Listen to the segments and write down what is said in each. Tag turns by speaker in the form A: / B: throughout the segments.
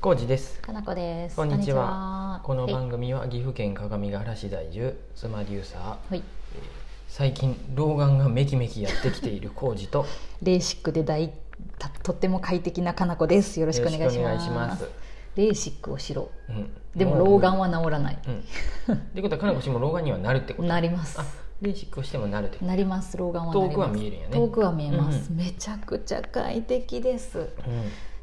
A: コージです
B: かなこです。
A: こんにちはこ
B: こん
A: の
B: にちは
A: 番組は岐阜県各務原市在住妻デューサー
B: はい、はい
A: 最近老眼がめきめきやってきている コージとよ
B: レーシックで大たとっても快適なかなこです。よろしくお願いします。
A: ろしく
B: レーシックをしろ。
A: お願いしますうん
B: でも老眼は治らない。
A: うんってことはかなこ氏も老眼にはなるってこと
B: なります
A: あ。レーシックをしてもなるってこと
B: なります。老眼はなります。
A: 遠くは見えるんやね
B: 遠くは見えます。
A: う
B: めちゃくちゃ快適です。
A: う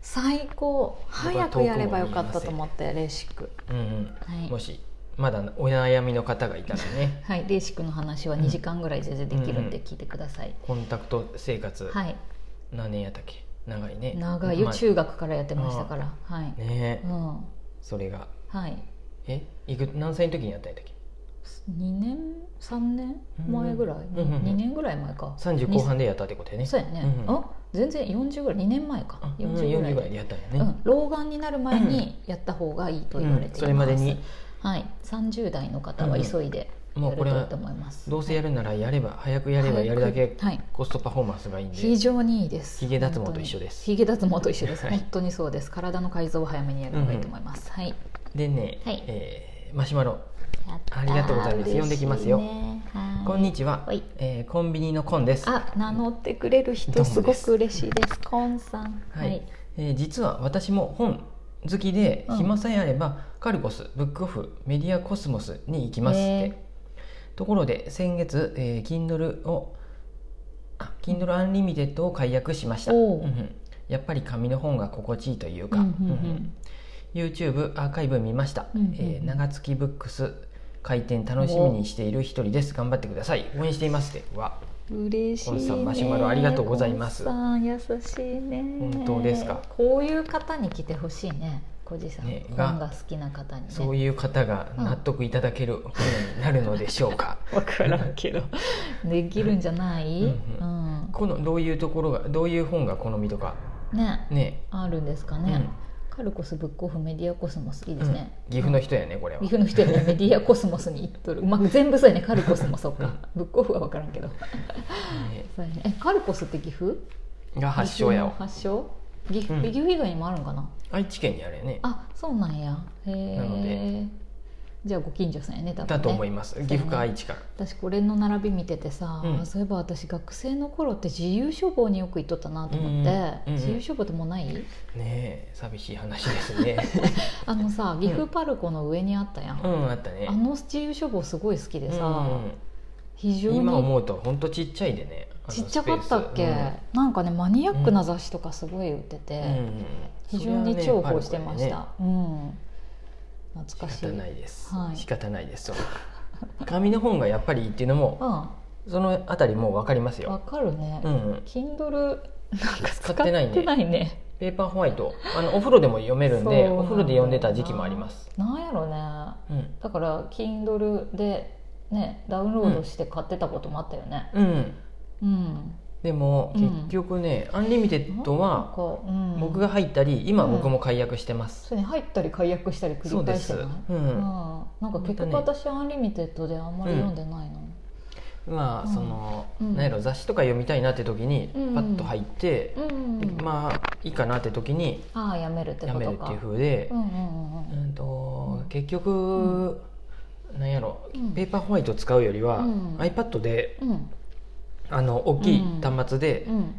B: 最高。早くやればよかったと思ってレーシック。
A: んうん
B: は
A: うん
B: い
A: もしまだお悩みの方がいたらね
B: はい、レーシックの話は2時間ぐらい全然できるんで聞いてください。
A: コンタクト生活
B: はい、
A: 何年やったっけ長いね
B: 長いよ、
A: まあ
B: 中学からやってましたから。はい。
A: ね
B: う
A: え
B: ん。
A: それが
B: はい。
A: えいく何歳の時にやったんやったっけ
B: 2年3年前ぐらい、
A: うん
B: 二
A: うんうん
B: 2年ぐらい前か
A: 30後半でやったってことやね
B: にそうやね、
A: うんうん
B: あ全然40ぐらい2年前か
A: あうん
B: 40ぐらい
A: 40ぐ
B: で
A: らいでやったんや
B: う
A: ね
B: ん、老眼になる前にやった方がいいと言われています、
A: うんそれまでに
B: はい、30代の方は急いで
A: うんもう
B: やる
A: ことれ
B: い
A: はい
B: と思います、
A: どうせやるならやれば早くやれば
B: はい
A: やるだけ
B: はい
A: コストパフォーマンスがいいんで
B: 非常にいいです
A: ヒゲ脱毛と一緒です
B: 本当にヒゲ脱毛と一緒です、
A: はい
B: 本当にそうです体の改造を早めにやるのがいいと思います、はい
A: でね
B: はい
A: えーマシュマロ
B: やったー
A: ありがとうございます呼んできますよ
B: 嬉しいねはい
A: こんにちは
B: はい
A: えーコンビニのコンです
B: あ、名乗ってくれる
A: ど
B: 人
A: うもです
B: すごく嬉しいです。コンさん。
A: はい、えー実は私も本好きで
B: うん
A: 暇さえあればカルコスブックオフメディアコスモスに行きますって、
B: へ
A: ところで先月、えー Kindle をあ Kindle Unlimited を解約しました、
B: おう
A: うんうんやっぱり紙の本が心地いいという
B: う
A: か、
B: んうん
A: うんうん、YouTube アーカイブ見ました、
B: うんうんうん
A: えー長月ブックス開店楽しみにしている一人です頑張ってください応援していますってわ
B: うん嬉しいね。
A: コンさんマシュマロありがとうございます
B: コンさん優しいね。
A: 本当ですか
B: こういう方に来てほしいね。小じさん、
A: ね
B: 本
A: が
B: が好きな方にね。
A: そういう方が納得いただける本になるのでしょう か、
B: わからんけどできるんじゃない？
A: う
B: うんん、
A: このどういうところがどういう本が好みとか
B: ね、
A: ね
B: あるんですかね。カルコスブックオフメディアコスモスいいですね。
A: うん岐阜の人やねこれは
B: 岐阜の人やねメディアコスモスに行っとる、まあ、全部そうやねカルコスもそうかブックオフは分からんけど
A: ね
B: そうやねえカルコスって岐阜
A: が発祥や
B: 岐阜の
A: わ
B: 発祥岐阜,、
A: うん
B: 岐阜以外にもあるんかな
A: 愛知県にあるよね
B: あそうなんやへ
A: なの
B: え
A: で
B: じゃあご近所さんやね多分ね
A: だと思います岐阜か
B: そうや
A: 愛
B: ね
A: 知か
B: 私これの並び見ててさ、
A: うん
B: そういえば私学生の頃って自由書房によく行っとったなと思っ
A: う
B: て、
A: んうんうん
B: 自由書房ってもうない
A: ねえ寂しい話です ね
B: あのさ岐阜パルコの上にあったやん、
A: うんあったね
B: あの自由書房すごい好きでさ、
A: う
B: 非常
A: ん、
B: に
A: 今思うと本当ちっちゃいでねあの
B: ちっちゃかったっけ、
A: スペ
B: なんかねマニアックな雑誌とかすごい売ってて、
A: ースうんうん
B: 非常に重宝してまし
A: それは
B: た
A: ね、パルコ
B: うん懐かしい
A: やね仕方ないです、
B: はい
A: 仕方ないですその紙の本がやっぱりいいっていうのも
B: う
A: そのあたりもう分かります
B: んわ
A: よ、
B: かるね、
A: うんうん、
B: Kindle なんか使
A: 使
B: っ
A: ってて
B: な
A: ないい
B: ね
A: ねペーパーホワイトあのお風呂でも読めるん
B: そうなんだ
A: で
B: よな
A: お風呂で読んでた時期もあります、
B: なんやろね
A: うん
B: だから Kindle でねダウンロードして買ってたこともあったよね
A: うん、
B: うん、
A: でも
B: うん
A: 結局ね、アンリミテッド
B: なん
A: は
B: か、うん、
A: 僕が入ったり今
B: うん
A: 僕も解約してます、
B: そうね入ったり解約したり繰り返してない
A: そうです
B: う
A: うんん
B: なんか
A: 本
B: 結
A: 当
B: 局
A: ね
B: 私アンリミテッドであんまり読んでないの、
A: ま
B: う
A: あ
B: ん
A: その、
B: うん
A: なんやろ雑誌とか読みたいなって時にパ
B: うん
A: ッと入って、
B: うん
A: まあいいかなって時に
B: ああやめるって
A: や
B: こ
A: め
B: と
A: るっ
B: か
A: ていう風で
B: う、んうんうん
A: うんと
B: うん
A: 結局、なんやろ
B: うん
A: ペーパーホワイト使うよりは、
B: うん
A: iPad で
B: うんうん
A: あの大きい端末で
B: うん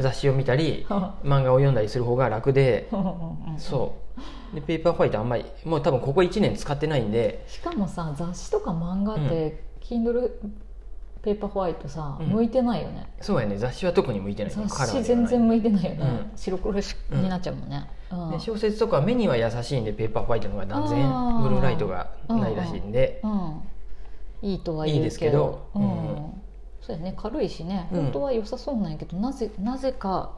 A: 雑誌を見たり、
B: は
A: 漫画を読んだりする方が楽で、
B: うんうん
A: そうでペーパーホワイトあんまりもう多分ここ1年使ってないんで
B: しかもさ雑誌とか漫画って、Kindle ペーパーホワイトさ、
A: うん
B: 向いてないよね
A: そうやね雑誌は特に向いてない
B: 雑
A: カラーで
B: 誌
A: は
B: 全然
A: ない
B: 向いてないよね、
A: うん
B: 白黒し
A: うん
B: になっちゃうもんね、うん
A: で小説とか目には優しいんでペーパーホワイトの方が断
B: あ
A: 然
B: ー
A: ブルーライトがないらしいんで、
B: うん、いいとは言うけど
A: いいですけど
B: うん
A: うん
B: そうやね軽いしね、
A: うん
B: 本当は良さそうなんやけどなぜなぜか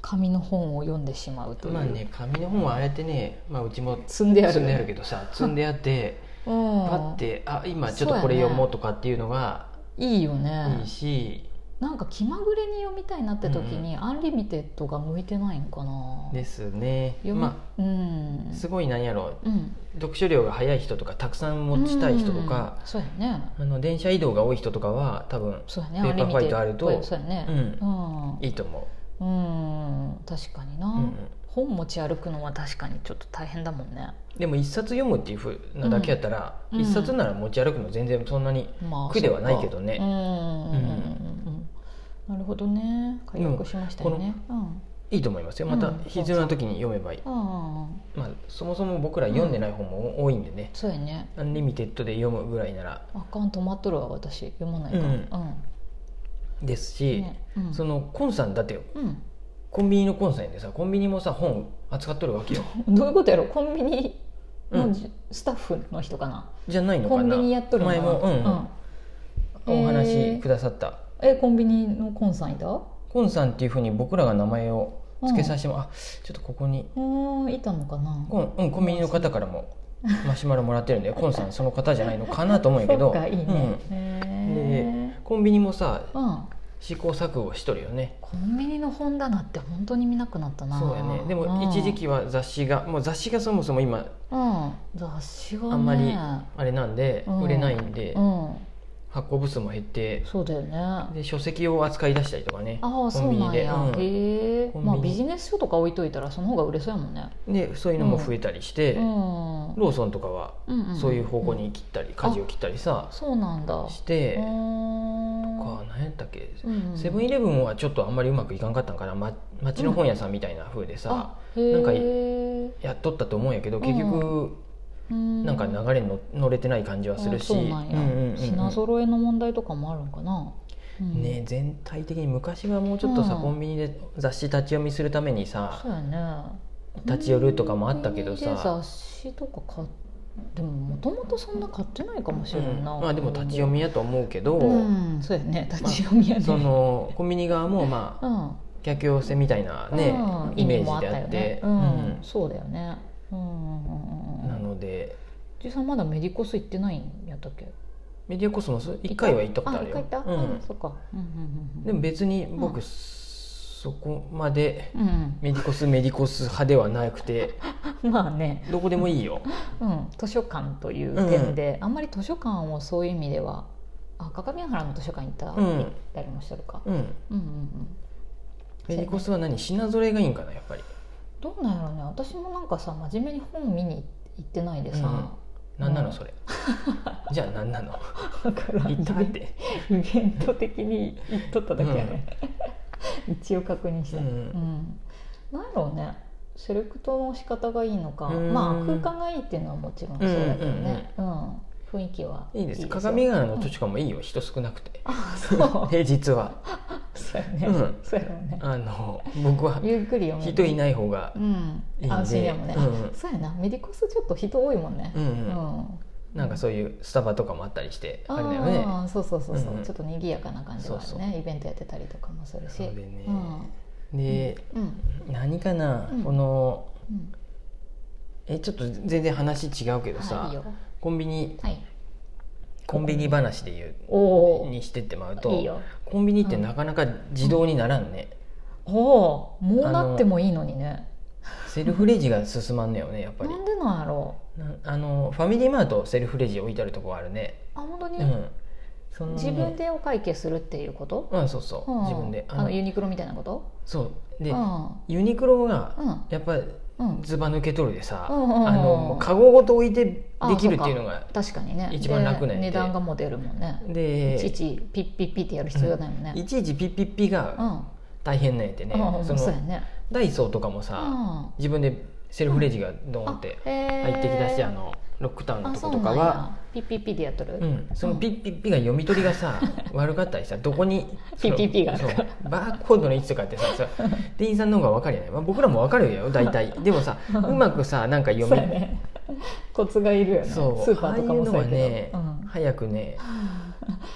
B: 紙の本を読んでしまうという、
A: まあね紙の本はああやってね、まあ、うちも
B: 積んである
A: 積んであるけど さ積んであって
B: うん、
A: パッてあ今ちょっとこれ読もうとかっていうのが
B: いいよね
A: いいし
B: なんか気まぐれに読みたいなって時に、アンリミテッドが向いてないんかな
A: ですね
B: 読み、
A: ま
B: うん
A: あすごいなんやろ
B: うん
A: 読書量が早い人とかたくさん持ちたい人とか、
B: うんそうやね
A: あの電車移動が多い人とかは多分
B: そうやね
A: ペーパーホワイトあると
B: アンリミテッドそうやね
A: うん
B: うん
A: いいと思
B: うん確かにな、
A: う、うんうん
B: 本持ち歩くのは確かにちょっと大変だもんね
A: でも一冊読むっていうふうなだけやったら、
B: うん
A: 一冊なら持ち歩くの全然そんなに、
B: まあ
A: 苦ではないけどね
B: そっかうんうんうんうんなるほどね解約しましたよねうん
A: いいと思いますよまた
B: うん
A: 必要な時に読めばいい、
B: ああ
A: まあ、そもそも僕ら読んでない本も多いんでね、
B: そうやね
A: アンリミテッドで読むぐらいなら
B: あかん止まっとるわ私読まないから
A: う
B: うんん、
A: ですし、
B: ねうん
A: そのコンさんだって
B: う
A: コンビニのコンさんでさコンビニもさ本扱っとるわけよ
B: ん、どういうことやろコンビニ
A: う
B: の
A: ん
B: じ、スタッフの人かな
A: じゃないのか
B: コ
A: な
B: ンビニやっとるのか
A: 前
B: な
A: も、うん
B: うん
A: お話
B: え
A: しくださった、
B: ーえコンビニのコンさんいたう
A: コンさんっていうふうに僕らが名前を付けさせても、あちょっとここに
B: ーんいたのかな
A: コン,、うん、コンビニの方からもマシュマロもらってるんでコンさんその方じゃないのかなと思うんやけ
B: そ
A: ど
B: っかいいね、へ
A: うん、コンビニもさ
B: ーうん
A: 試行錯誤しとるよね
B: コンビニの本棚って本当に見なくなったな
A: そうやねでも一時、期は雑誌がもう雑誌がそもそも今
B: うんうん、雑誌はね
A: あんまりあれなんで
B: うん
A: 売れないんで
B: うん、
A: 発行部数も減って
B: そうだよねあ
A: で書籍を扱い出したりとかねコ
B: あそ
A: ン
B: う
A: ビ
B: な
A: ニ
B: ん
A: で
B: や、へえ
A: コンビニ
B: まあビジネス書とか置いといたらその方が売れそうやもんね、
A: うんでそういうのも増えたりして
B: うん
A: ローソンとかは
B: うんん
A: そういう方向に切ったり舵を切ったりさ
B: そうなんだ
A: して
B: うーん
A: か何やったっけ
B: うんうん
A: セブンイレブンはちょっとあんまりうまくいかんかったんかな、ま、町の本屋さんみたいな風でさ、
B: あへ
A: なんか
B: え
A: やっとったと思うんやけど結局なんか流れにの乗れてない感じはするし
B: そうなんや、
A: うんうんうんうん
B: 品揃えの問題とかもあるんかな、うん
A: ね、全体的に昔はもうちょっとさ、
B: うん
A: コンビニで雑誌立ち読みするためにさ
B: そうやね
A: 立ち寄るとかもあったけどさ
B: コンビニで雑誌とか買っでももともとそんな買ってないかもし
A: う
B: れ
A: ん
B: んな、
A: まあでも立ち読みやと思うけど、
B: うんそうやね立ち読みやね、
A: そのコンビニ側もまあ
B: うん
A: 客寄せみたいなね、
B: うん
A: イ
B: 意
A: メ
B: 味
A: ー
B: もあ
A: ジで
B: た
A: あ
B: よ
A: って
B: ね、うんそうだよねうんうんう
A: う
B: ん
A: ん
B: うんう
A: なんので
B: じいさんまだメディコス行ってないんやったっけ
A: メディアコスモス1回は行ったことあるよ
B: あ一回行った、
A: う
B: うんん、そっか、うんうんうんうん、
A: でも別に僕、
B: うん
A: そこまで
B: う
A: メディコスメディコス派ではなく て
B: ん、まあね、
A: どこでもいいよ、
B: うん、図書館という点で、あんまり図書館をそういう意味ではあ各務原の図書館行った,、
A: うん
B: 行ったりもしてるか、
A: うん、
B: うんうんうん、
A: メディコスは何品揃えがいいんかなやっぱり
B: どうなんやろうね私もなんかさ真面目に本見に行ってないでさ、
A: 何なのそれじゃあ何な の
B: だから
A: 行ったって、
B: イベント的に行っとっただけやね、 一応確認し
A: う
B: た、うんん、なんやろうねセレクトの仕方がいいのか、
A: うん
B: まあ空間がいいっていうのはもちろんそうだけどね、うん雰囲気はい
A: いです
B: よ
A: 鏡ヶ原の図書館もいいよ、人少なく て
B: あそう
A: 平日は
B: そうやね、
A: うん
B: そうやろうね
A: あの僕は
B: ゆっくり読める
A: 人いない方が
B: うん
A: いいんで
B: 安心やもんね、
A: うん
B: そうやなメディコスちょっと人多いもんね
A: うんうん
B: うん
A: なんかそういうスタバとかもあったりしてあれだよね
B: あーそうそうそうそう、
A: うんうん
B: ちょっと賑やかな感じはあるね
A: そうそ
B: イベントやってたりとかもするし
A: そうでね
B: うん
A: で、
B: うん
A: 何かな、
B: うん
A: この
B: うん
A: えちょっと全然話違うけどさ、
B: はいいいよ
A: コンビニ
B: はい
A: コンビニ話で言う
B: おお
A: にしてってまうと
B: いいよ
A: コンビニってなかなか自動にならんね、
B: おーもうなってもいいのにね
A: セルフレジが進まんのよねやっぱり
B: なんでなんやろ
A: なあのファミリーマートセルフレジ置いてあるとこあるね
B: うあ本当
A: う
B: に、
A: んそんなね
B: 自分でお会計するっていうこと、
A: うんそうそう、
B: うん
A: 自分で
B: あのユニクロみたいなこと
A: そう
B: う
A: で、
B: んうん
A: ユニクロが
B: うん
A: やっぱ
B: うん
A: ずば抜けとるでさ、
B: うんうんうんうん
A: あのもうカゴごと置いてできるっていうのが
B: 確かにね
A: 一番楽なんやて
B: で値段がもう出るもんね
A: で
B: いちいちピッピッピッってやる必要がないもんね
A: いちいちピッピッピ
B: う
A: が
B: ん
A: 大変なんやってね、
B: うん
A: そ
B: そうや
A: の
B: ね
A: ダイソーとかも
B: う
A: さ、
B: ん
A: 自分でセルフレジがドーンって入
B: 入
A: ってきだして、あのロックタウンの
B: あ
A: と
B: そ
A: こ
B: う
A: と
B: なん
A: か
B: や
A: は
B: ピッピッピッでやっとる
A: う、ん、そのピッピッピが読み取りが さ悪かったりさどこにその
B: ピッピッピがあるから
A: そうバーコードの位置とかってさそれ店員さんの方が分かるよね、まあ、僕らも分かるよ大体でもさうまくさなんか読
B: そうや
A: み
B: ね コツがいるよねス
A: そう
B: ーパーとかもそう
A: ああいうのは
B: やけ
A: ね、
B: どうん
A: 早くね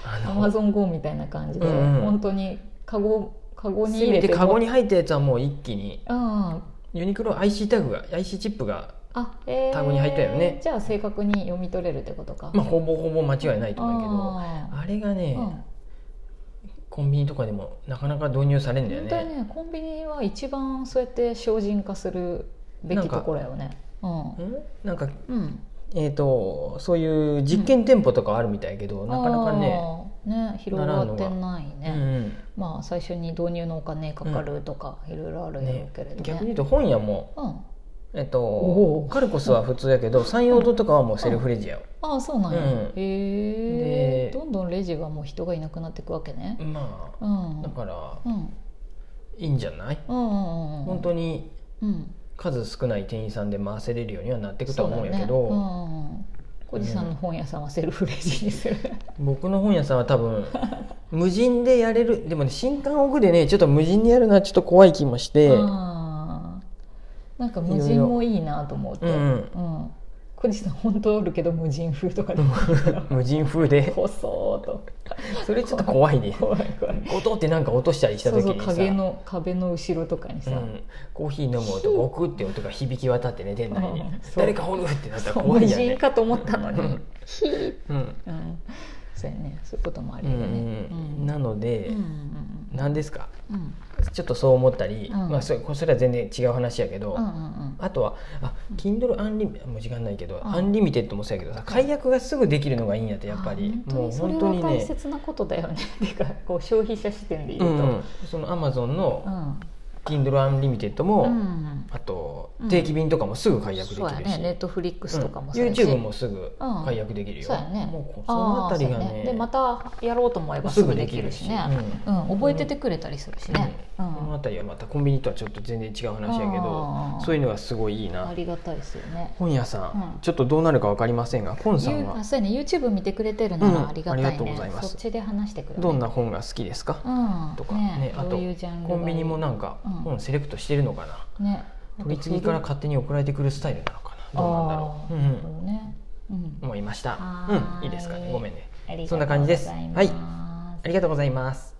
A: あ
B: アマゾン GO みたいな感じで、
A: うんうん
B: 本当にカゴカゴに
A: せ
B: 入
A: め
B: れ
A: て
B: て
A: カゴに入ったやつはもう一気に
B: うん
A: ユニクロ IC タグが IC チップが、
B: あえー、
A: タグに入ったよね
B: じゃあ正確に読み取れるってことか、
A: まあ、ほぼほぼ間違いないと思うけど
B: あ
A: あれがね、
B: ーうん
A: コンビニとかでもなかなか導入されんだよ
B: 本当に
A: ね
B: ねコンビニは一番そうやって精進化するべきところよねうん
A: うんなんか
B: うん
A: えー、とそういう実験店舗とかあるみたいやけど、なかなかね
B: あーね広がってないね、
A: うん
B: まあ最初に導入のお金かかるとかいろいろあ
A: う
B: る
A: ん
B: やろ
A: ね
B: うけれどね
A: 逆に言うと本屋も、
B: うん、
A: えっ
B: お
A: と
B: お、
A: カルコスは普通やけど山陽堂とかはもうセルフレジやわ、
B: ああそうなんや、
A: うん
B: へ
A: で
B: えどんどんレジはもう人がいなくなっていくわけね
A: ま
B: う
A: あ
B: ん
A: だから
B: うん
A: いいんじゃない、
B: うんうんうん
A: 本当に
B: うん
A: 数少ない店員さんで回せれるようにはなっていくと
B: そ
A: は
B: うだ
A: 思うん
B: ね
A: やけど、
B: うんうんうん小路さんの本屋さんはセルフレジにする
A: 僕の本屋さんは多分 無人でやれるでもね新刊奥でねちょっと無人でやるのはちょっと怖い気もして、
B: ああなんか無人もいいなと思って
A: いろいろ
B: うん小路さん本当おるけど無人風とかでも
A: 無人風で
B: 細ーっと
A: それちょっと怖いね
B: 怖い怖い
A: ゴトってなんか落としたりした
B: そう
A: 時
B: そう
A: にさ
B: 影の壁の後ろとかに
A: う
B: さ、
A: ん、コーヒー飲む音ゴクって音が響き渡ってね店内に、
B: うんそう
A: 誰かおるってなったら
B: そう
A: 怖
B: 無
A: いやん
B: 人
A: ね
B: かと思ったの
A: う
B: に
A: ん
B: ヒー
A: うん
B: うんそうやねそういうこともあ
A: う
B: るよ
A: んう
B: ね
A: んなので
B: うんう、ん
A: 何ですか
B: うんうん
A: ちょっとそう思ったり、
B: うん
A: まあ、それそれは全然違う話やけど、
B: うんうん
A: あとはあ Kindle アンリミもう時間ないけど、
B: ん
A: アンリミテッドもそうやけどさ解約がすぐできるのがいいんやってやっぱり
B: あ
A: もう
B: 本
A: 本
B: 当
A: 当
B: に
A: に
B: それは大
A: ね
B: 切なことだよね っていうかこう消費者視点で
A: う
B: 言うと、
A: んうんそのアマゾン
B: う
A: の
B: ん
A: Kindle アンリミテッドも、
B: うん
A: あと
B: うん
A: 定期便とかもすぐ解約でき
B: そう
A: る
B: や
A: し、
B: ねネットフリックスとかもそうやし
A: YouTube もすぐ解約できるよ、
B: そうやね
A: もうこそのあたりが
B: ー
A: ね
B: そうやでまたやろうと思えばすぐできるしね
A: すぐできるし
B: うん、覚えててくれたりするしね、う
A: この
B: ん
A: あたりはまたコンビニとはちょっと全然違う話やけ
B: あ
A: ど
B: ー
A: そういうのがすごいいい
B: あ
A: な
B: りがたいですよね
A: 本屋さん、
B: うん
A: ちょっとどうなるか分かりませんがコンさん
B: ゆあ
A: は
B: そうやね YouTube 見てくれてるな
A: うん
B: らありがたい
A: ありがとう
B: ね、
A: ございます
B: そっちで話してくれる
A: どんな本が好きですか、
B: うん
A: とかねあと
B: どういうジャンルが
A: コ
B: いい
A: ンビニもなんか
B: うん
A: 本セレクトしてるのかな、
B: ね
A: 取り次ぎから勝手に送られてくるスタイルなのかなどうなんだろう、
B: あ
A: う
B: ー
A: ん
B: なるほ
A: うん
B: どね、うん
A: 思いました
B: はー
A: う
B: い
A: んいいですかねごめんね
B: ありが
A: そ
B: とうございます
A: んな感じですはいありがとうございます